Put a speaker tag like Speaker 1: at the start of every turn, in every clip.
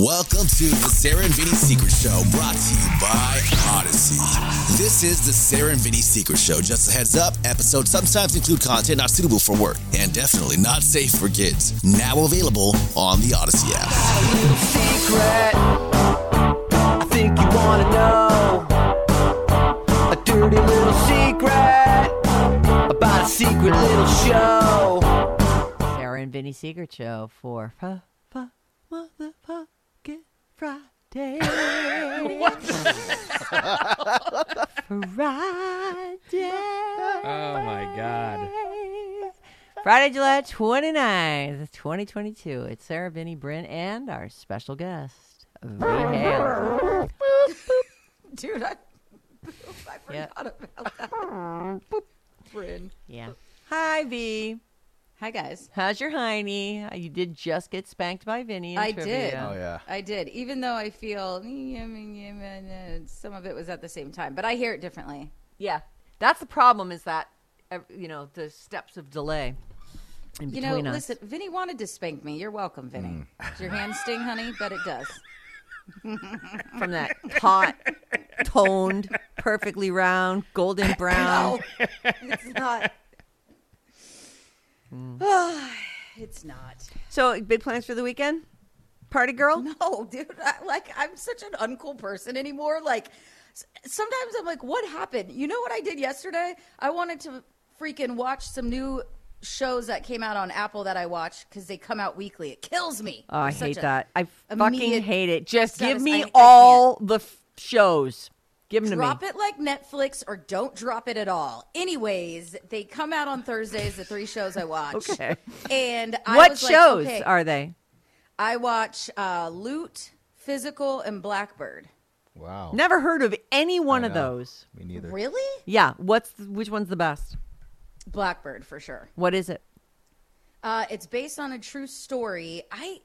Speaker 1: Welcome to the Sarah and Vinny Secret Show, brought to you by Odyssey. This is the Sarah and Vinny Secret Show. Just a heads up, episodes sometimes include content not suitable for work and definitely not safe for kids. Now available on the Odyssey app.
Speaker 2: secret. I think you wanna know a dirty little secret about a secret little show.
Speaker 3: Sarah and Vinny Secret Show for F- F- Motherfucking Friday. what Friday.
Speaker 4: Oh my god.
Speaker 3: Friday, July 29th, 2022. It's Sarah, Vinny, Bryn, and our special guest, V. Hale.
Speaker 5: Dude, I, I
Speaker 3: Yeah.
Speaker 5: forgot about that. Bryn.
Speaker 3: Yeah. Hi, V.
Speaker 5: Hi, guys.
Speaker 3: How's your hiney? You did just get spanked by Vinny. in
Speaker 5: I
Speaker 3: trivia.
Speaker 5: did. yeah. I did. Even though I feel some of it was at the same time, but I hear it differently.
Speaker 3: Yeah, that's the problem. Is that ev- you know the steps of delay in
Speaker 5: You
Speaker 3: between
Speaker 5: know,
Speaker 3: us.
Speaker 5: listen, Vinny wanted to spank me. You're welcome, Vinny. Does your hand sting, honey? Bet it does.
Speaker 3: From that hot, toned, perfectly round, golden brown.
Speaker 5: It's not. it's not.
Speaker 3: So big plans for the weekend? Party girl?
Speaker 5: No, dude. I, like, I'm such an uncool person anymore. Like, s- sometimes I'm like, what happened? You know what I did yesterday? I wanted to freaking watch some new shows that came out on Apple that I watch because they come out weekly. It kills me.
Speaker 3: Oh, I
Speaker 5: I'm such
Speaker 3: hate
Speaker 5: a-
Speaker 3: that. I fucking
Speaker 5: immediate
Speaker 3: hate it. Just give
Speaker 5: status.
Speaker 3: me
Speaker 5: I- I
Speaker 3: all the f- shows. Give them
Speaker 5: Drop
Speaker 3: to me.
Speaker 5: it like Netflix or don't drop it at all. Anyways, they come out on Thursdays, the three shows I watch.
Speaker 3: Okay.
Speaker 5: And I
Speaker 3: What
Speaker 5: was like,
Speaker 3: shows
Speaker 5: okay,
Speaker 3: are they?
Speaker 5: I watch uh, Loot, Physical, and Blackbird.
Speaker 6: Wow.
Speaker 3: Never heard of any one of
Speaker 6: know.
Speaker 3: those.
Speaker 6: Me neither.
Speaker 5: Really?
Speaker 3: Yeah. What's the, which one's the best?
Speaker 5: Blackbird for sure.
Speaker 3: What is it?
Speaker 5: Uh, it's based on a true story. I,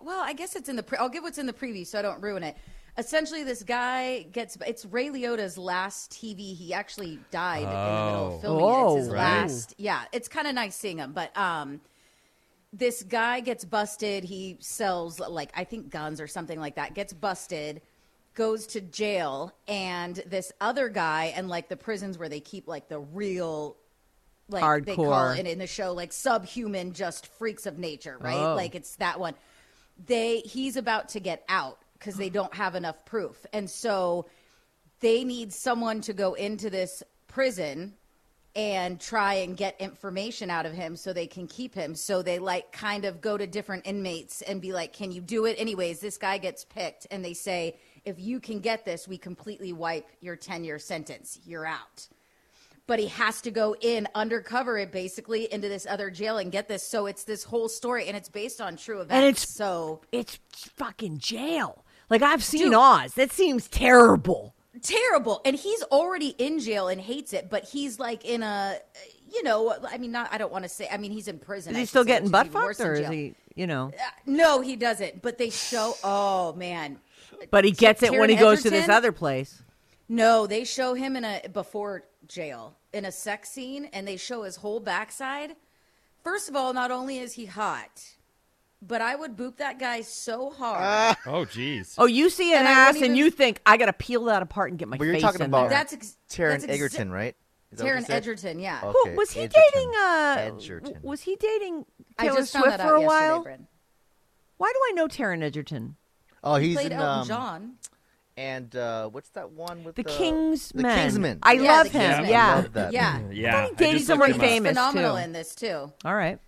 Speaker 5: well, I guess it's in the. Pre- I'll give what's in the preview so I don't ruin it. Essentially, this guy gets. It's Ray Liotta's last TV. He actually died in the middle of filming it. It's his
Speaker 3: Oh. Right.
Speaker 5: last. Yeah, it's kind of nice seeing him, but um, this guy gets busted. He sells like I think guns or something like that. Gets busted, goes to jail, and this other guy and like the prisons where they keep like the real like they call
Speaker 3: Hardcore.
Speaker 5: it in the show like subhuman just freaks of nature, right?
Speaker 3: Oh.
Speaker 5: Like it's that one. They he's about to get out cuz they don't have enough proof. And so they need someone to go into this prison and try and get information out of him so they can keep him. So they like kind of go to different inmates and be like, "Can you do it?" Anyways, this guy gets picked, and they say, "If you can get this, we completely wipe your ten-year sentence. You're out." But he has to go in undercover, it basically into this other jail and get this. So it's this whole story, and it's based on true events.
Speaker 3: it's-
Speaker 5: so
Speaker 3: it's fucking jail. Like I've seen
Speaker 5: Dude.
Speaker 3: Oz. That seems terrible.
Speaker 5: terrible and he's already in jail and hates it but he's like in a you know i mean not i don't want to say i mean he's in prison
Speaker 3: Is
Speaker 5: I
Speaker 3: he
Speaker 5: should
Speaker 3: still
Speaker 5: say,
Speaker 3: getting
Speaker 5: which
Speaker 3: butt
Speaker 5: even worse
Speaker 3: fucked,
Speaker 5: than
Speaker 3: or is
Speaker 5: jail. Uh,
Speaker 3: he? You know,
Speaker 5: no he doesn't but they show oh man
Speaker 3: but he gets it when
Speaker 5: Taron
Speaker 3: he goes to this
Speaker 5: Egerton?
Speaker 3: other place.
Speaker 5: no they show him in a before jail in a sex scene and they show his whole backside first of all not only is he hot but i would boop that guy so hard
Speaker 6: Ah.
Speaker 4: Oh jeez.
Speaker 3: Oh, you see an
Speaker 5: And I won't
Speaker 3: ass and
Speaker 5: even-
Speaker 3: you think I gotta peel that apart and get my
Speaker 6: But you're
Speaker 3: face
Speaker 6: talking
Speaker 3: in
Speaker 6: about
Speaker 3: there.
Speaker 5: That's ex-
Speaker 6: Taryn
Speaker 5: that's exa-
Speaker 6: Egerton, right? Is that what you
Speaker 5: Taron
Speaker 6: said?
Speaker 5: edgerton yeah
Speaker 6: Oh,
Speaker 3: Who,
Speaker 6: okay,
Speaker 3: was he
Speaker 6: Edgerton.
Speaker 3: dating? Uh,
Speaker 6: Edgerton.
Speaker 3: w- was he dating
Speaker 5: i
Speaker 3: Taylor
Speaker 5: just found
Speaker 3: Swift
Speaker 5: that out
Speaker 3: for a
Speaker 5: yesterday
Speaker 3: while?
Speaker 5: Bryn.
Speaker 3: Why do I know Taryn Edgerton?
Speaker 6: Oh, he's
Speaker 5: played
Speaker 6: in
Speaker 5: elton
Speaker 6: um,
Speaker 5: john
Speaker 6: and uh, what's that one with
Speaker 3: The
Speaker 6: the,
Speaker 3: King's
Speaker 6: The
Speaker 3: Men.
Speaker 6: Kingsman.
Speaker 3: I
Speaker 5: Yeah,
Speaker 3: love
Speaker 5: the
Speaker 3: him.
Speaker 5: Kingsman.
Speaker 3: Yeah.
Speaker 6: Love that
Speaker 5: yeah
Speaker 4: Yeah.
Speaker 3: I think dating
Speaker 4: just looked
Speaker 3: someone
Speaker 4: him up.
Speaker 3: famous,
Speaker 5: phenomenal
Speaker 3: too.
Speaker 5: in this too.
Speaker 3: All right.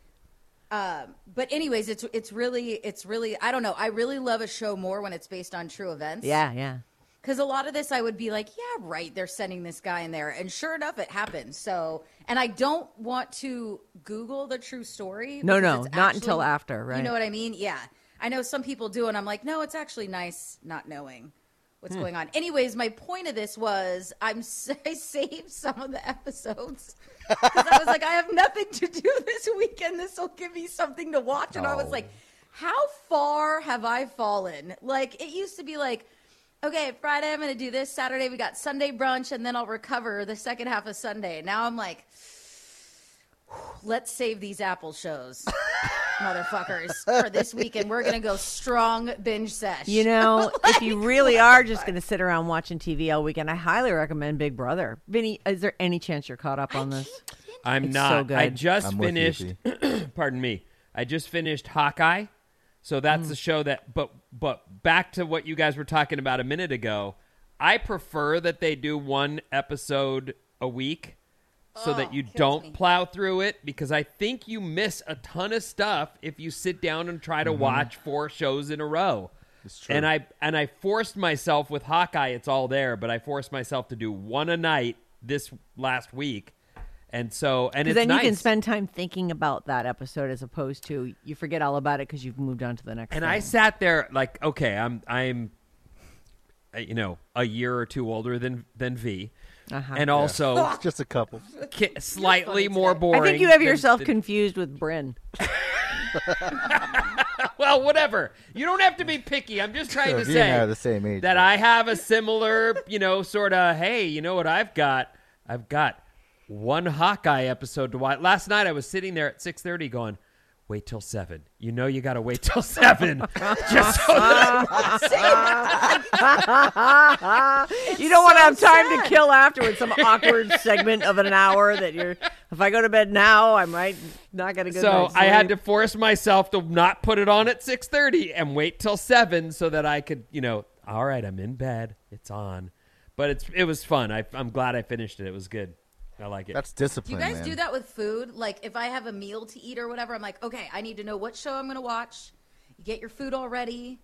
Speaker 5: Um, but anyways, it's it's really it's really I don't know. I really love a show more when it's based on true events.
Speaker 3: Yeah. Yeah.
Speaker 5: because a lot of this I would be like, yeah, right. They're sending this guy in there, and sure enough, it happens. So, and I don't want to Google the true story.
Speaker 3: No,
Speaker 5: because
Speaker 3: no,
Speaker 5: it's
Speaker 3: not until after,
Speaker 5: You
Speaker 3: right.
Speaker 5: know what I mean? Yeah, I know some people do, and I'm like, no, it's actually nice not knowing. What's
Speaker 3: Hmm.
Speaker 5: going on? Anyways, my point of this was I'm s- I saved some of the episodes 'Cause I was like I have nothing to do this weekend. This will give me something to watch, and I was
Speaker 6: Oh.
Speaker 5: like, how far have I fallen? Like it used to be like, okay, Friday I'm going to do this. Saturday we got Sunday brunch, and then I'll recover the second half of Sunday. Now I'm like, let's save these Apple shows. motherfuckers, for this weekend. We're gonna go strong binge sesh.
Speaker 3: You know, if you really are just going to sit around watching TV all weekend, I highly recommend Big Brother. Vinny, is there any chance you're caught up on this?
Speaker 4: I'm
Speaker 3: It's so
Speaker 4: not. I
Speaker 3: good.
Speaker 4: just
Speaker 6: I'm with you,
Speaker 4: finished. pardon me. I just finished Hawkeye, so that's
Speaker 3: Mm.
Speaker 4: the show that. But but back to what you guys were talking about a minute ago. I prefer that they do one episode a week, so
Speaker 3: Oh,
Speaker 4: that you don't plow through it because I think you miss a ton of stuff if you sit down and try to watch four shows in a row.
Speaker 6: Mm-hmm. It's true.
Speaker 4: And I and I forced myself with Hawkeye. It's all there, but I forced myself to do one a night this last week, and so and
Speaker 3: Because
Speaker 4: it's
Speaker 3: then
Speaker 4: nice.
Speaker 3: you can spend time thinking about that episode as opposed to you forget all about it because you've moved on to the next.
Speaker 4: and
Speaker 3: thing.
Speaker 4: I sat there like, okay, I'm I'm, uh, you know, a year or two older than than V,
Speaker 3: Uh-huh.
Speaker 4: and also
Speaker 6: It's just a couple.
Speaker 4: ki- slightly more boring.
Speaker 3: I think you have
Speaker 4: than-
Speaker 3: yourself
Speaker 4: than-
Speaker 3: confused with Bryn.
Speaker 4: well, whatever. You don't have to be picky. I'm just trying
Speaker 6: Sure,
Speaker 4: to
Speaker 6: you and I
Speaker 4: say
Speaker 6: are the same age,
Speaker 4: that
Speaker 6: though.
Speaker 4: I have a similar, you know, sort of. Hey, you know what I've got? I've got one Hawkeye episode to watch. Last night I was sitting there at 6:30 going. Wait till seven. You know you gotta wait till seven, just so that
Speaker 3: you don't want to have time to kill afterwards. Some awkward segment of an hour that you're. If I go to bed now, I might not get a good.
Speaker 4: so
Speaker 3: night's
Speaker 4: I had to
Speaker 3: sleep.
Speaker 4: force myself to not put it on at 6:30 and wait till 7 so that I could, you know, all right, I'm in bed. It's on. But it's it was fun. I I'm glad I finished it. It was good. I like it.
Speaker 6: That's
Speaker 5: Do
Speaker 6: discipline.
Speaker 5: you guys
Speaker 6: man.
Speaker 5: do that with food? Like, if I have a meal to eat or whatever, I'm like, okay, I need to know what show I'm going to watch. You get your food all ready,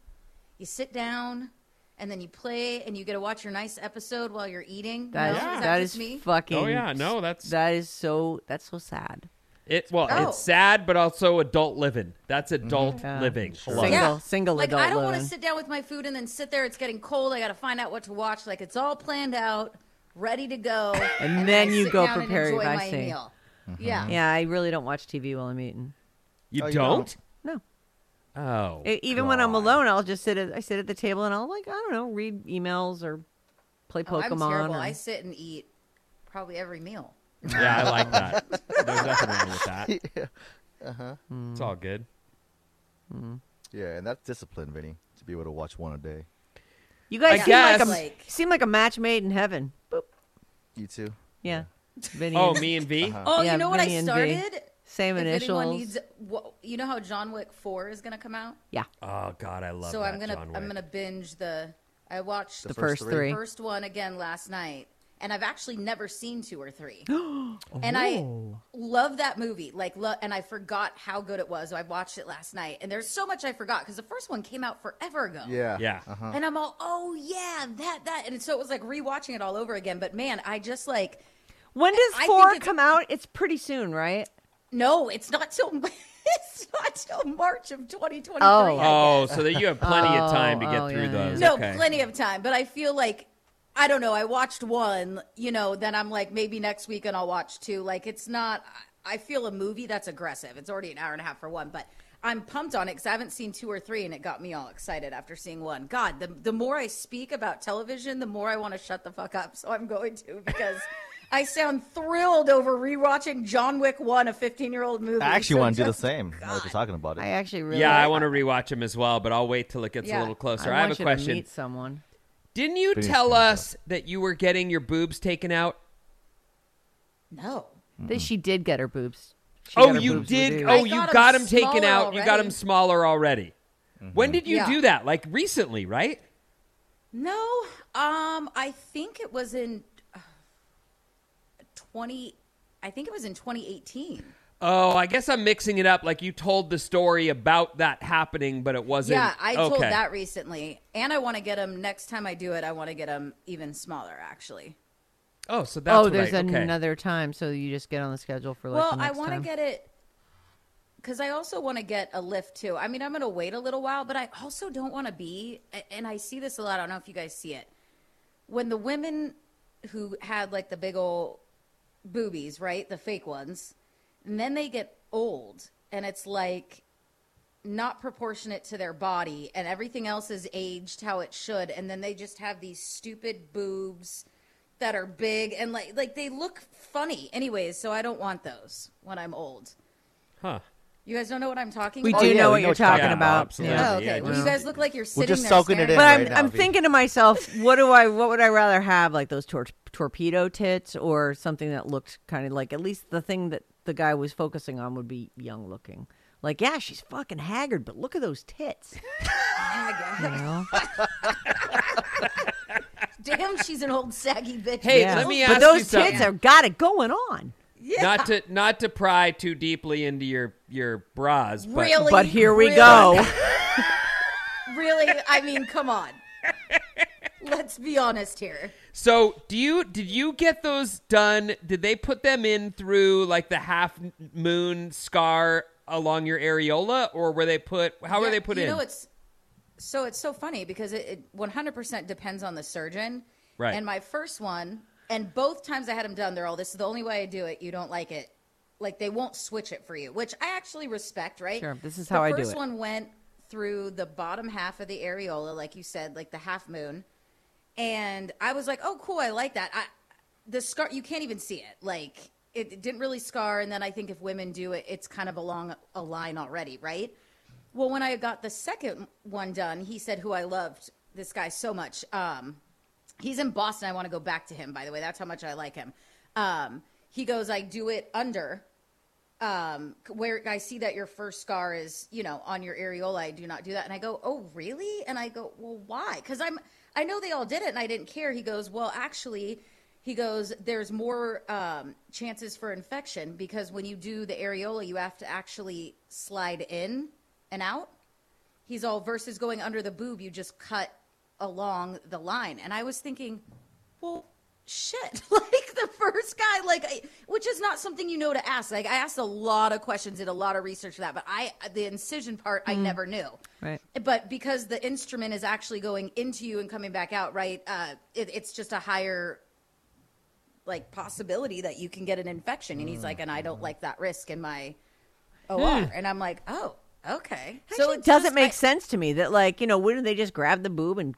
Speaker 5: you sit down, and then you play, and you get to watch your nice episode while you're eating.
Speaker 3: That
Speaker 5: no?
Speaker 3: is,
Speaker 5: Is that,
Speaker 3: that
Speaker 5: just
Speaker 3: is
Speaker 5: me?
Speaker 3: fucking.
Speaker 4: Oh, yeah, no, that's-
Speaker 3: that is so. That's so sad.
Speaker 4: it well,
Speaker 5: Oh.
Speaker 4: it's sad but also adult living. That's
Speaker 6: Mm-hmm.
Speaker 4: adult living. I love
Speaker 3: Single,
Speaker 4: it.
Speaker 5: Yeah.
Speaker 3: single
Speaker 5: like,
Speaker 3: adult
Speaker 5: I don't want to
Speaker 3: living.
Speaker 5: sit down with my food and then sit there. It's getting cold. I got to find out what to watch. Like, it's all planned out, ready to go.
Speaker 3: And
Speaker 5: then
Speaker 3: then
Speaker 5: I
Speaker 3: you
Speaker 5: sit
Speaker 3: go
Speaker 5: down and
Speaker 3: prepare your
Speaker 5: enjoy my
Speaker 3: vice thing.
Speaker 5: meal. Yeah.
Speaker 3: Yeah, I really don't watch TV while I'm eating.
Speaker 4: You,
Speaker 6: Oh, you
Speaker 4: don't?
Speaker 6: don't?
Speaker 3: No,
Speaker 4: Oh.
Speaker 3: E- even when I'm alone, I'll just sit. At, I sit at the table and I'll like I don't know, read emails or play
Speaker 5: Oh,
Speaker 3: Pokemon.
Speaker 5: I'm terrible.
Speaker 3: or-
Speaker 5: I sit and eat probably every meal.
Speaker 4: yeah, I like that. There's nothing wrong with that. Uh-huh. It's all good.
Speaker 6: Yeah, and that's discipline, Vinny, to be able to watch one a day.
Speaker 3: you
Speaker 4: I
Speaker 3: guys seem like, a,
Speaker 4: guess-
Speaker 5: Like-
Speaker 3: seem like a match made in heaven. Boop.
Speaker 6: You too.
Speaker 3: Yeah. Vinny
Speaker 4: Oh,
Speaker 3: and-
Speaker 4: me and V?
Speaker 6: Uh-huh.
Speaker 5: Oh,
Speaker 3: Yeah,
Speaker 5: you know what
Speaker 3: me
Speaker 5: I
Speaker 3: and V.
Speaker 5: started?
Speaker 3: Same
Speaker 5: if anyone
Speaker 3: initials.
Speaker 5: needs, wha- you know how John Wick Four is gonna come out,
Speaker 3: yeah.
Speaker 4: Oh god, I love
Speaker 5: so
Speaker 4: that.
Speaker 5: I'm gonna
Speaker 4: John
Speaker 5: I'm
Speaker 4: Wick.
Speaker 5: gonna binge the. I watched
Speaker 3: The
Speaker 5: the
Speaker 3: first
Speaker 6: first
Speaker 3: three.
Speaker 6: three.
Speaker 5: first one again last night, and I've actually never seen two or three, and I love that movie. Like, lo- and I forgot how good it was. So I watched it last night, and there's so much I forgot because the first one came out forever ago.
Speaker 6: Yeah.
Speaker 4: Yeah.
Speaker 6: Uh-huh.
Speaker 5: And I'm all, oh yeah, that that, and so it was like rewatching it all over again. But man, I just like,
Speaker 3: When does
Speaker 5: I think
Speaker 3: four
Speaker 5: it's-
Speaker 3: come out? It's pretty soon, right?
Speaker 5: no, it's not till it's not till March of 2023.
Speaker 3: Oh.
Speaker 5: I
Speaker 4: Oh, so that you have plenty of time to
Speaker 3: Oh,
Speaker 4: get
Speaker 3: oh,
Speaker 4: through
Speaker 3: yeah, yeah.
Speaker 4: those.
Speaker 5: No,
Speaker 4: Okay.
Speaker 5: plenty of time. But I feel like I don't know. I watched one, you know, then I'm like maybe next weekend I'll watch two. Like it's not. I- I feel a movie that's aggressive. It's already an hour and a half for one, but I'm pumped on it because I haven't seen two or three, and it got me all excited after seeing one. God, the the more I speak about television, the more I want to shut the fuck up. So I'm going to because. I sound thrilled over rewatching John Wick 1, a 15 year old movie.
Speaker 6: I actually
Speaker 5: So
Speaker 6: want to do the
Speaker 5: just-
Speaker 6: same. I was just talking about it.
Speaker 3: I actually really.
Speaker 4: Yeah, I want to rewatch them as well, but I'll wait till it gets a
Speaker 5: Yeah.
Speaker 4: little closer.
Speaker 3: I,
Speaker 4: I, have a
Speaker 3: want you To
Speaker 4: question.
Speaker 3: meet someone.
Speaker 4: Didn't you
Speaker 6: Please
Speaker 4: tell
Speaker 6: come back.
Speaker 4: us that you were getting your boobs taken out?
Speaker 5: No.
Speaker 3: That she did get her boobs. She
Speaker 4: oh,
Speaker 3: got her
Speaker 4: you
Speaker 3: boobs
Speaker 4: did.
Speaker 3: reduced.
Speaker 4: Oh,
Speaker 5: I
Speaker 4: you
Speaker 5: got 'em
Speaker 4: got them taken
Speaker 5: smaller
Speaker 4: out. You got them
Speaker 5: already.
Speaker 4: smaller already.
Speaker 3: Mm-hmm.
Speaker 4: When did you
Speaker 5: Yeah.
Speaker 4: do that? Like recently, right?
Speaker 5: No, um, I think it was in uh, twenty. I think it was in 2018.
Speaker 4: Oh, I guess I'm mixing it up. Like you told the story about that happening, but it wasn't.
Speaker 5: yeah, I
Speaker 4: okay.
Speaker 5: told that recently, and I want to get them next time I do it. I want to get them even smaller, actually.
Speaker 4: Oh, so that's
Speaker 3: Oh, there's
Speaker 4: right. Okay.
Speaker 3: another time, so you just get on the schedule for like.
Speaker 5: well,
Speaker 3: the
Speaker 5: I
Speaker 3: next
Speaker 5: want to
Speaker 3: time.
Speaker 5: get it because I also want to get a lift too. I mean, I'm going to wait a little while, but I also don't want to be. a- And I see this a lot. I don't know if you guys see it when the women who had like the big old boobies, right, the fake ones, and then they get old, and it's like not proportionate to their body and everything else is aged how it should and then they just have these stupid boobs that are big and like like they look funny anyways so i don't want those when i'm old
Speaker 4: Huh.
Speaker 5: You guys don't know what I'm talking
Speaker 3: We
Speaker 5: about?
Speaker 3: do
Speaker 6: yeah,
Speaker 3: Oh, know
Speaker 6: we
Speaker 3: what
Speaker 6: know
Speaker 3: you're
Speaker 6: what you're talking
Speaker 3: talking
Speaker 4: about.
Speaker 3: about.
Speaker 4: Absolutely.
Speaker 5: Oh,
Speaker 4: Yeah,
Speaker 5: okay. Well,
Speaker 4: just-
Speaker 5: you guys look like you're sitting
Speaker 6: just
Speaker 5: there
Speaker 6: soaking it
Speaker 5: staring at
Speaker 6: in
Speaker 3: But
Speaker 6: right
Speaker 3: I'm,
Speaker 6: now,
Speaker 3: I'm
Speaker 6: V.
Speaker 3: thinking to myself, what do I what would I rather have like those tor- torpedo tits or something that looked kind of like at least the thing that the guy was focusing on would be young looking. Like yeah, she's fucking haggard, but look at those tits.
Speaker 5: Oh
Speaker 3: You know?
Speaker 5: Damn, she's an old saggy bitch.
Speaker 4: Hey,
Speaker 3: Yeah.
Speaker 4: let me
Speaker 3: But
Speaker 4: ask you
Speaker 3: those
Speaker 4: something.
Speaker 3: tits have got it going on.
Speaker 4: Not to not to pry too deeply into your your bras, but
Speaker 5: really?
Speaker 3: But here we
Speaker 5: Really?
Speaker 3: go.
Speaker 5: Really? I mean, come on. Let's be honest here.
Speaker 4: so do you did you get those done? Did they put them in through like the half moon scar along your areola, or were they put? How were
Speaker 5: Yeah,
Speaker 4: they put
Speaker 5: you
Speaker 4: in?
Speaker 5: know it's so it's so funny because it, it 100% depends on the surgeon.
Speaker 4: Right.
Speaker 5: And my first one, and both times I had them done, they're all this is the only way I do it. You don't like it, like they won't switch it for you, which I actually respect. Right.
Speaker 3: Sure, this is how I do
Speaker 5: The
Speaker 3: it.
Speaker 5: first one went through the bottom half of the areola, like you said, like the half moon, and I was like, oh, cool, I like that. I the scar you can't even see it like it, it didn't really scar and then i think if women do it it's kind of along a line already right well when i got the second one done he said who i loved this guy so much um, he's in boston i want to go back to him by the way that's how much i like him um, he goes i do it under um, c- where I see that your first scar is, you know, on your areola. I do not do that. And I go, oh, really? And I go, well, why? Because I'm, I know they all did it and I didn't care. He goes, well, actually, he goes, there's more um, chances for infection because when you do the areola, you have to actually slide in and out. He's all versus going under the boob, you just cut along the line. And I was thinking, well, shit. Like the first guy, like, I, which is not something you know to ask. Like, I asked a lot of questions, did a lot of research for that, but I, the incision part, I never knew.
Speaker 3: Right.
Speaker 5: But because the instrument is actually going into you and coming back out, right? Uh, it, it's just a higher like possibility that you can get an infection. And he's like, and I don't like that risk in my OR. And I'm like, oh, okay.
Speaker 3: So it
Speaker 5: it's
Speaker 3: doesn't
Speaker 5: just-
Speaker 3: make
Speaker 5: I-
Speaker 3: sense to me that like you know wouldn't they just grab the boob and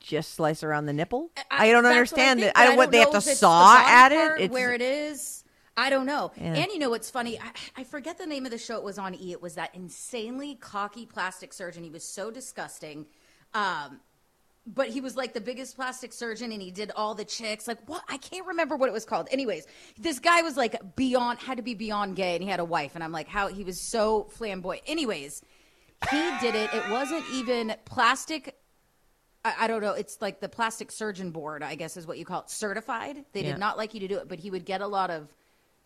Speaker 3: just slice around the nipple?
Speaker 5: I-
Speaker 3: I, don't
Speaker 5: that's what
Speaker 3: understand
Speaker 5: think,
Speaker 3: it.
Speaker 5: but
Speaker 3: I don't what they have
Speaker 5: know
Speaker 3: to
Speaker 5: if it's the
Speaker 3: saw
Speaker 5: bottom
Speaker 3: at
Speaker 5: part,
Speaker 3: it. It's,
Speaker 5: where it is. I don't know.
Speaker 3: Yeah.
Speaker 5: And you know what's funny? I, I forget the name of the show. It was on E. It was that insanely cocky plastic surgeon. He was so disgusting. Um, but he was like the biggest plastic surgeon and he did all the chicks like what i can't remember what it was called anyways this guy was like beyond had to be beyond gay and he had a wife and i'm like how he was so flamboyant anyways he did it it wasn't even plastic I, I don't know it's like the plastic surgeon board i guess is what you call it certified they
Speaker 3: Yeah.
Speaker 5: did not like you to do it but he would get a lot of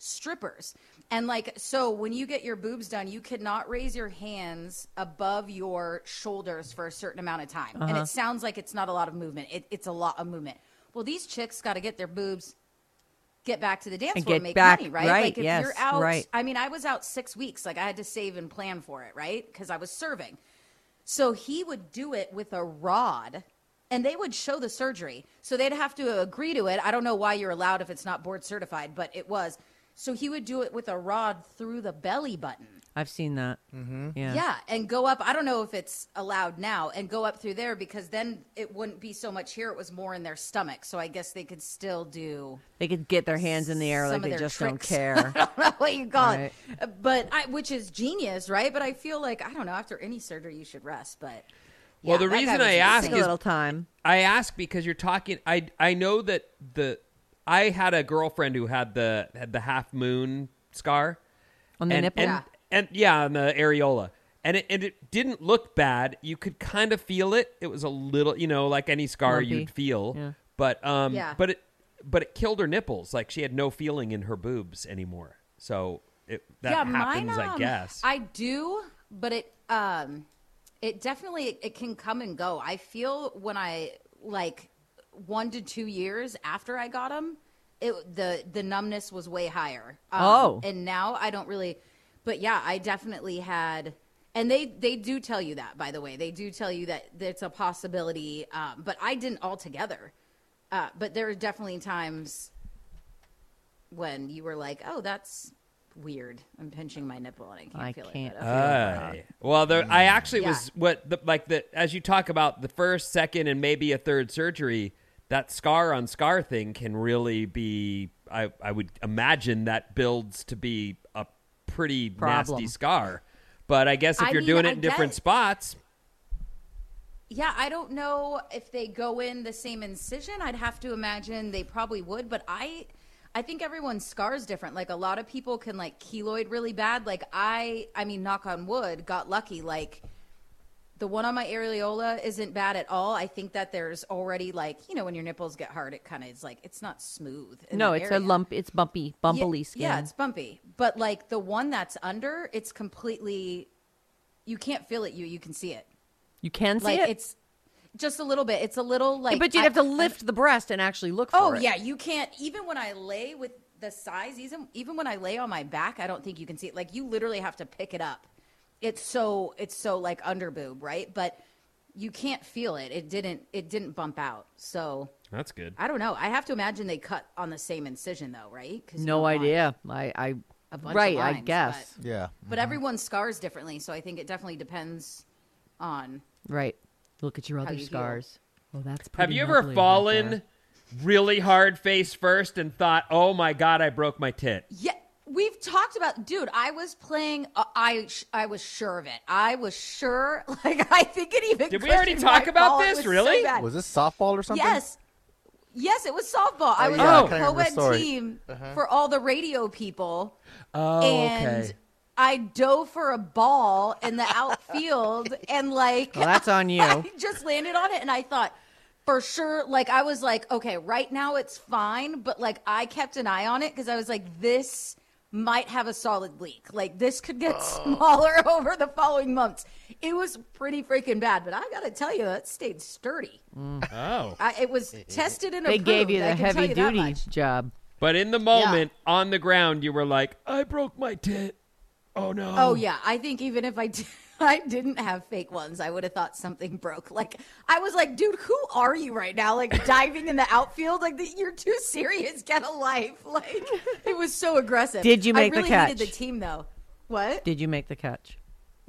Speaker 5: strippers and like so when you get your boobs done you cannot raise your hands above your shoulders for a certain amount of time and it sounds like it's not a lot of movement it, it's a lot of movement well these chicks got to get their boobs get back to the dance
Speaker 3: And
Speaker 5: floor
Speaker 3: get
Speaker 5: and make
Speaker 3: back,
Speaker 5: money, right?
Speaker 3: right,
Speaker 5: Like if
Speaker 3: yes,
Speaker 5: you're out,
Speaker 3: right.
Speaker 5: I mean, I was out six weeks. Like I had to save and plan for it, right? Because I was serving. So he would do it with a rod, and they would show the surgery. So they'd have to agree to it. I don't know why you're allowed if it's not board certified, but it was. So he would do it with a rod through the belly button.
Speaker 3: I've seen that. Mm-hmm. Yeah.
Speaker 5: Yeah, and go up. I don't know if it's allowed now, and go up through there because then it wouldn't be so much here. It was more in their stomach. So I guess they could still do.
Speaker 3: They could get their hands in the air
Speaker 5: Some
Speaker 3: like
Speaker 5: of
Speaker 3: they
Speaker 5: their
Speaker 3: just don't
Speaker 5: tricks.
Speaker 3: care.
Speaker 5: I don't know what you call
Speaker 3: Right.
Speaker 5: it, but I, which is genius, right? But I feel like I don't know. After any surgery, you should rest. But
Speaker 4: Well, the
Speaker 5: that guy
Speaker 4: reason
Speaker 5: was
Speaker 4: I
Speaker 5: insane.
Speaker 4: ask
Speaker 3: Take a
Speaker 4: is-
Speaker 3: little time.
Speaker 4: I ask because you're talking. I I know that the I had a girlfriend who had the had the half moon scar
Speaker 3: On the
Speaker 4: and,
Speaker 3: nipple?
Speaker 4: and,
Speaker 5: Yeah.
Speaker 4: and yeah, on the areola, and it and it didn't look bad. You could kind of feel it. It was a little, you know, like any scar
Speaker 3: Lumpy.
Speaker 4: you'd feel,
Speaker 3: Yeah.
Speaker 4: but um,
Speaker 5: Yeah.
Speaker 4: but it but it killed her nipples. Like she had no feeling in her boobs anymore. So it that
Speaker 5: yeah,
Speaker 4: happens,
Speaker 5: mine. Um,
Speaker 4: I guess.
Speaker 5: I do, but it um, it definitely it, can come and go. I feel when I like one to two years after I got them, it the the numbness was way higher. Um,
Speaker 3: Oh.
Speaker 5: and now I don't really. But yeah, I definitely had. And they, they do tell you that, by the way. They do tell you that it's a possibility, um, but I didn't altogether. Uh, but there are definitely times when you were like, "Oh, that's weird. I'm pinching my nipple and I can't
Speaker 3: I
Speaker 5: feel
Speaker 3: can't. uh,
Speaker 5: it." but okay.
Speaker 4: Aye. well, there, I actually
Speaker 5: Yeah.
Speaker 4: was what the, like the as you talk about the first, second, and maybe a third surgery. That scar on scar thing can really be. I I would imagine that builds to be a pretty
Speaker 3: Problem.
Speaker 4: nasty scar. But I guess if
Speaker 5: I
Speaker 4: you're
Speaker 5: mean,
Speaker 4: doing it
Speaker 5: I
Speaker 4: in different
Speaker 5: guess-
Speaker 4: spots,
Speaker 5: Yeah, I don't know if they go in the same incision. I'd have to imagine they probably would, but I I think everyone's scars different. Like a lot of people can like keloid really bad. Like I I mean knock on wood, got lucky like the one on my areola isn't bad at all. I think that there's already like, you know, when your nipples get hard, it kind of is like it's not smooth. in
Speaker 3: No,
Speaker 5: that
Speaker 3: it's a
Speaker 5: area.
Speaker 3: lump. It's bumpy,
Speaker 5: Yeah,
Speaker 3: bumbly skin.
Speaker 5: Yeah, it's bumpy. But like the one that's under, it's completely you can't feel it, you you can see it
Speaker 3: you can see
Speaker 5: like
Speaker 3: it,
Speaker 5: it's just a little bit. It's a little like,
Speaker 3: but you'd
Speaker 5: I-
Speaker 3: have to lift the breast and actually look for
Speaker 5: oh
Speaker 3: it.
Speaker 5: yeah, you can't. Even when I lay with the size, even even when I lay on my back, I don't think you can see it. Like you literally have to pick it up. It's so it's so like under boob, right? But you can't feel it. It didn't it didn't bump out. So
Speaker 4: that's good.
Speaker 5: I don't know. I have to imagine they cut on the same incision though, right? 'Cause you don't
Speaker 3: No
Speaker 5: want-
Speaker 3: idea. I, I
Speaker 5: A bunch of
Speaker 3: right. I
Speaker 5: lines,
Speaker 3: guess.
Speaker 6: Yeah.
Speaker 4: Mm-hmm.
Speaker 5: But everyone scars differently, so I think it definitely depends on.
Speaker 3: Right. Look at your
Speaker 5: How
Speaker 3: other
Speaker 5: you heal.
Speaker 3: scars. Well, that's
Speaker 4: Have
Speaker 3: pretty
Speaker 4: you
Speaker 3: ugly
Speaker 4: ever
Speaker 3: right
Speaker 4: fallen
Speaker 3: there.
Speaker 4: really hard face first and thought, "Oh my god, I broke my tit"?
Speaker 5: Yeah, we've talked about, dude. I was playing. Uh, I sh- I was sure of it. I was sure. Like I think it even.
Speaker 4: Did we already
Speaker 5: cushioned
Speaker 4: talk
Speaker 5: my
Speaker 4: about
Speaker 5: fall. It
Speaker 4: this?
Speaker 5: was so
Speaker 4: Really?
Speaker 5: bad.
Speaker 6: Was this softball or something? Oh,
Speaker 5: yes. Yes, it was softball. I was
Speaker 6: yeah, I
Speaker 5: on the
Speaker 6: kinda remember the
Speaker 5: co-ed
Speaker 6: story. Uh-huh.
Speaker 5: team for all the radio people,
Speaker 4: Oh,
Speaker 5: and I dove for a ball in the outfield, and like
Speaker 3: Well, that's on you.
Speaker 5: I just landed on it and I thought for sure like I was like okay right now it's fine but like I kept an eye on it cuz I was like this might have a solid leak like this could get
Speaker 3: Oh.
Speaker 5: smaller over the following months it was pretty freaking bad but I got to tell you that stayed sturdy
Speaker 4: Oh.
Speaker 5: I, it was tested and
Speaker 3: They
Speaker 5: approved
Speaker 3: gave you
Speaker 5: I
Speaker 3: the
Speaker 5: can tell
Speaker 3: heavy
Speaker 5: you that
Speaker 3: duty
Speaker 5: much.
Speaker 3: job.
Speaker 4: But in the moment, on the ground, you were like, "I broke my tit." Oh no.
Speaker 5: Oh yeah, I think even if I did, I didn't have fake ones, I would have thought something broke. Like I was like, dude, who are you right now? Like diving in the outfield, like the, you're too serious. Get a life. Like it was so aggressive.
Speaker 3: Did you make
Speaker 5: I
Speaker 3: the
Speaker 5: really
Speaker 3: catch?
Speaker 5: Hated the team though. What?
Speaker 3: Did you make the catch?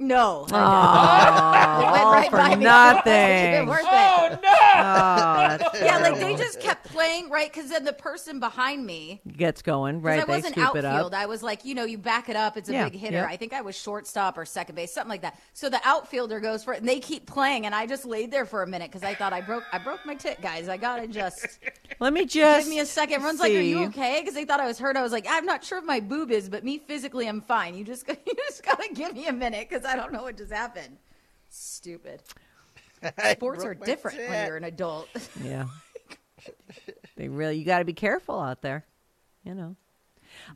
Speaker 5: No. it went right
Speaker 3: for
Speaker 5: by me.
Speaker 3: nothing.
Speaker 5: Worth it.
Speaker 4: Oh no!
Speaker 3: Oh,
Speaker 5: Yeah, like they just kept playing, right? Because then the person behind me,
Speaker 3: gets going
Speaker 5: Because
Speaker 3: right.
Speaker 5: I
Speaker 3: They
Speaker 5: wasn't
Speaker 3: scoop it
Speaker 5: outfield.
Speaker 3: up.
Speaker 5: I was like, you know, you back it up. It's a
Speaker 3: Yeah,
Speaker 5: big hitter.
Speaker 3: yeah.
Speaker 5: I think I was shortstop or second base, something like that. So the outfielder goes for it, and they keep playing. And I just laid there for a minute because I thought I broke, I broke my tit, guys. I gotta just
Speaker 3: Let me just
Speaker 5: give me a second. Everyone's like, are you
Speaker 3: see.
Speaker 5: okay? Because they thought I was hurt. I was like, I'm not sure if my boob is, but me physically, I'm fine. You just, you just gotta give me a minute because I don't know what just happened. Stupid. Sports are different when you're an adult.
Speaker 3: Yeah. they really you got to be careful out there, you know.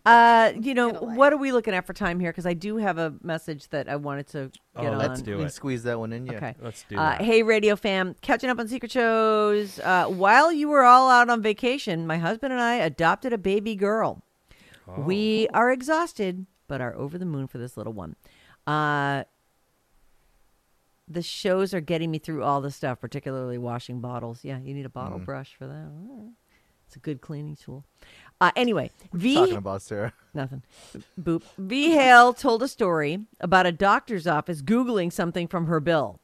Speaker 3: Uh, you know,
Speaker 5: Gonna lie.
Speaker 3: what are we looking at for time here cuz I do have a message that I wanted to get on.
Speaker 4: Oh, let's
Speaker 6: You
Speaker 4: do
Speaker 6: can
Speaker 4: it.
Speaker 6: squeeze that one in. Yeah.
Speaker 3: Okay.
Speaker 4: Let's do
Speaker 3: uh,
Speaker 4: that.
Speaker 3: Hey, radio fam, catching up on secret shows. Uh, while you were all out on vacation, my husband and I adopted a baby girl.
Speaker 4: Oh.
Speaker 3: We are exhausted, but are over the moon for this little one. Uh, the shows are getting me through all the stuff, particularly washing bottles. Yeah, you need a bottle
Speaker 4: Mm.
Speaker 3: brush for that. All right. It's a good cleaning tool. Uh, anyway, V
Speaker 6: Talking about Sarah.
Speaker 3: Nothing. Boop. V. Hale told a story about a doctor's office Googling something from her bill.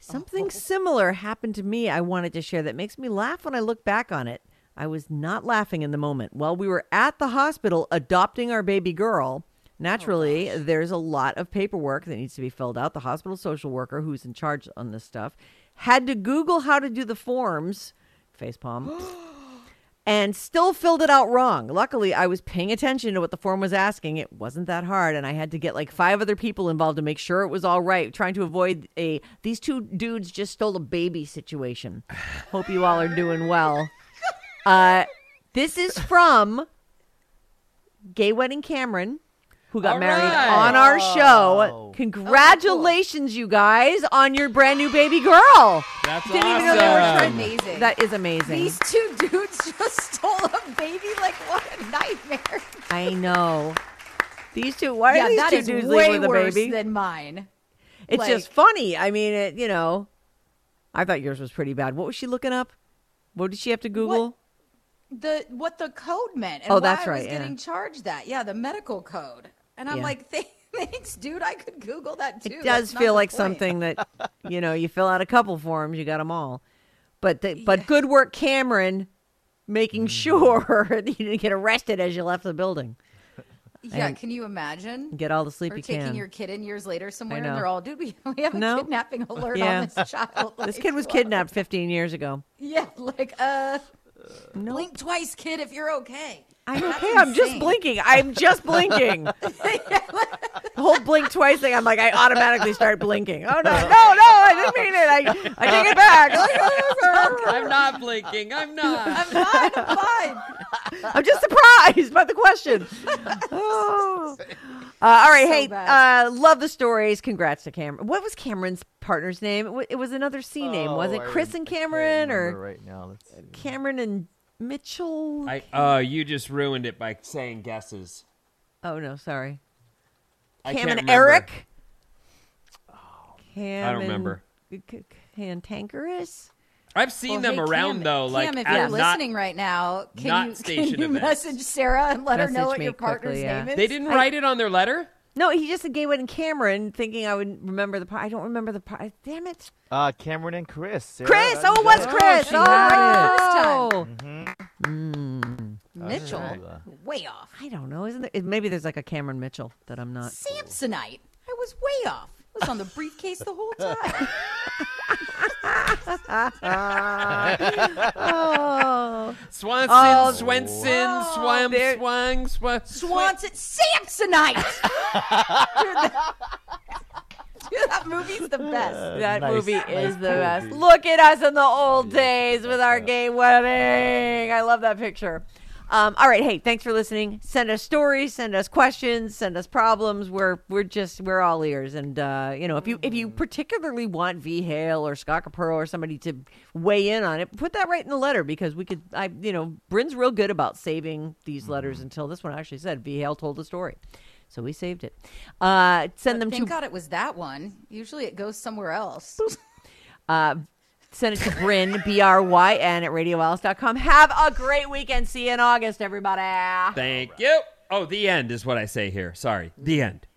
Speaker 3: Something similar happened to me I wanted to share that makes me laugh when I look back on it. I was not laughing in the moment. While we were at the hospital adopting our baby girl, naturally, there's a lot of paperwork that needs to be filled out. The hospital social worker who's in charge on this stuff had to Google how to do the forms, facepalm and still filled it out wrong. Luckily, I was paying attention to what the form was asking. It wasn't that hard, and I had to get like five other people involved to make sure it was all right, trying to avoid a these two dudes just stole a baby situation. Hope you all are doing well. Uh, this is from Gay Wedding Cameron. Who got
Speaker 4: All
Speaker 3: married
Speaker 4: right. Oh.
Speaker 3: on our show? Congratulations, you guys, on your brand new baby girl.
Speaker 4: That's
Speaker 3: Didn't even know they were
Speaker 4: awesome.
Speaker 3: trying-
Speaker 5: Amazing.
Speaker 3: That is amazing.
Speaker 5: These two dudes just stole a baby. Like what a nightmare.
Speaker 3: I know. These two, why
Speaker 5: yeah,
Speaker 3: are these
Speaker 5: that
Speaker 3: two
Speaker 5: is
Speaker 3: dudes
Speaker 5: way
Speaker 3: leaving with a
Speaker 5: worse
Speaker 3: baby?
Speaker 5: than mine.
Speaker 3: it's
Speaker 5: like-
Speaker 3: just funny. I mean, it, you know, I thought yours was pretty bad. What was she looking up? What did she have to Google?
Speaker 5: The what the code meant. And
Speaker 3: Oh,
Speaker 5: why
Speaker 3: that's
Speaker 5: I was
Speaker 3: right, yeah.
Speaker 5: getting charged that. Yeah, the medical code. And I'm
Speaker 3: Yeah.
Speaker 5: like, "Thank- thanks, dude. I could Google that too.
Speaker 3: It
Speaker 5: That's
Speaker 3: does
Speaker 5: not
Speaker 3: feel
Speaker 5: the
Speaker 3: like
Speaker 5: point."
Speaker 3: something that you know you fill out a couple forms, you got them all. But the, but good work, Cameron, making sure that you didn't get arrested as you left the building.
Speaker 5: Yeah,
Speaker 3: And
Speaker 5: can you imagine?
Speaker 3: Get all the sleep
Speaker 5: or
Speaker 3: you
Speaker 5: taking
Speaker 3: can.
Speaker 5: your kid in years later somewhere,
Speaker 3: know.
Speaker 5: and they're all, dude, we, we have a
Speaker 3: No.
Speaker 5: kidnapping alert
Speaker 3: Yeah.
Speaker 5: on this child.
Speaker 3: this
Speaker 5: Like,
Speaker 3: kid was
Speaker 5: what?
Speaker 3: kidnapped 15 years ago.
Speaker 5: Yeah, like uh,
Speaker 3: No,
Speaker 5: blink twice, kid, if you're okay.
Speaker 3: I'm
Speaker 5: That's
Speaker 3: okay. I'm just
Speaker 5: insane.
Speaker 3: blinking. I'm just blinking. the whole blink twice thing. I'm like, I automatically start blinking. Oh no, no, no! I didn't mean it. I, I take it back.
Speaker 4: I'm not blinking. I'm not.
Speaker 5: I'm fine. I'm fine.
Speaker 3: I'm just surprised by the question. Oh. Uh, all right,
Speaker 5: So
Speaker 3: hey,
Speaker 5: bad.
Speaker 3: uh, love the stories. Congrats to Cameron. What was Cameron's partner's name? It, wa- it was another C name, was
Speaker 6: Oh,
Speaker 3: it?
Speaker 6: I
Speaker 3: Chris
Speaker 6: rem-
Speaker 3: and
Speaker 6: I can't
Speaker 3: Cameron,
Speaker 6: remember
Speaker 3: or
Speaker 6: right now? Let's see.
Speaker 3: Cameron and Mitchell?
Speaker 4: I, uh, you just ruined it by saying guesses.
Speaker 3: oh no, sorry.
Speaker 4: I
Speaker 3: Cam
Speaker 4: can't
Speaker 3: and
Speaker 4: remember.
Speaker 3: Eric. Cam
Speaker 4: I don't remember.
Speaker 3: And c- c- Cantankerous.
Speaker 4: I've
Speaker 5: Well,
Speaker 4: seen them
Speaker 5: hey,
Speaker 4: around
Speaker 5: Cam-
Speaker 4: though. Like
Speaker 5: Cam, if
Speaker 4: at
Speaker 5: you're
Speaker 4: not-
Speaker 5: listening right now,
Speaker 4: not
Speaker 5: can you,
Speaker 4: station
Speaker 5: can you
Speaker 4: events.
Speaker 5: message Sarah and let her
Speaker 3: Message
Speaker 5: know what
Speaker 3: me
Speaker 5: your partner's
Speaker 3: quickly, yeah.
Speaker 5: name is?
Speaker 4: they didn't write it on their letter.
Speaker 3: No, he just gave it in Cameron, thinking I would remember the part. I don't remember the part. Damn it,
Speaker 6: Uh, Cameron and Chris. Sarah,
Speaker 3: Chris!
Speaker 6: that-
Speaker 3: Oh, it
Speaker 6: you
Speaker 3: was
Speaker 6: got it.
Speaker 3: Chris?
Speaker 5: she
Speaker 3: Oh,
Speaker 5: had it.
Speaker 6: That's
Speaker 5: Mitchell,
Speaker 6: right. Uh,
Speaker 5: way off.
Speaker 3: I don't know. Isn't there? it- Maybe there's like a Cameron Mitchell that I'm not.
Speaker 5: Samsonite. I was way off. I was on the briefcase the whole time.
Speaker 3: Oh,
Speaker 4: Swanson,
Speaker 3: Oh,
Speaker 4: Swenson,
Speaker 5: wow.
Speaker 4: Swam,
Speaker 3: There-
Speaker 4: Swang, Swam.
Speaker 5: Swanson, Samsonite. dude, that, dude, that movie's the best.
Speaker 3: that
Speaker 6: nice,
Speaker 3: movie
Speaker 6: nice
Speaker 3: is the
Speaker 6: movie.
Speaker 3: best. Look at us in the old days with our gay wedding. I love that picture. Um, all right, hey, thanks for listening. Send us stories, send us questions, send us problems. We're we're just we're all ears, and uh, you know if you if you particularly want V Hale or Scott Capurro or somebody to weigh in on it, put that right in the letter because we could. I you know Bryn's real good about saving these letters until this one actually said V Hale told the story, so we saved it. Uh, send them to
Speaker 5: Thank God it was that one. Usually it goes somewhere else.
Speaker 3: Uh, send it to Bryn, B R Y N, at radioalice.com. Have a great weekend. See you in August, everybody.
Speaker 4: Thank you. Oh, the end is what I say here. Sorry, the end.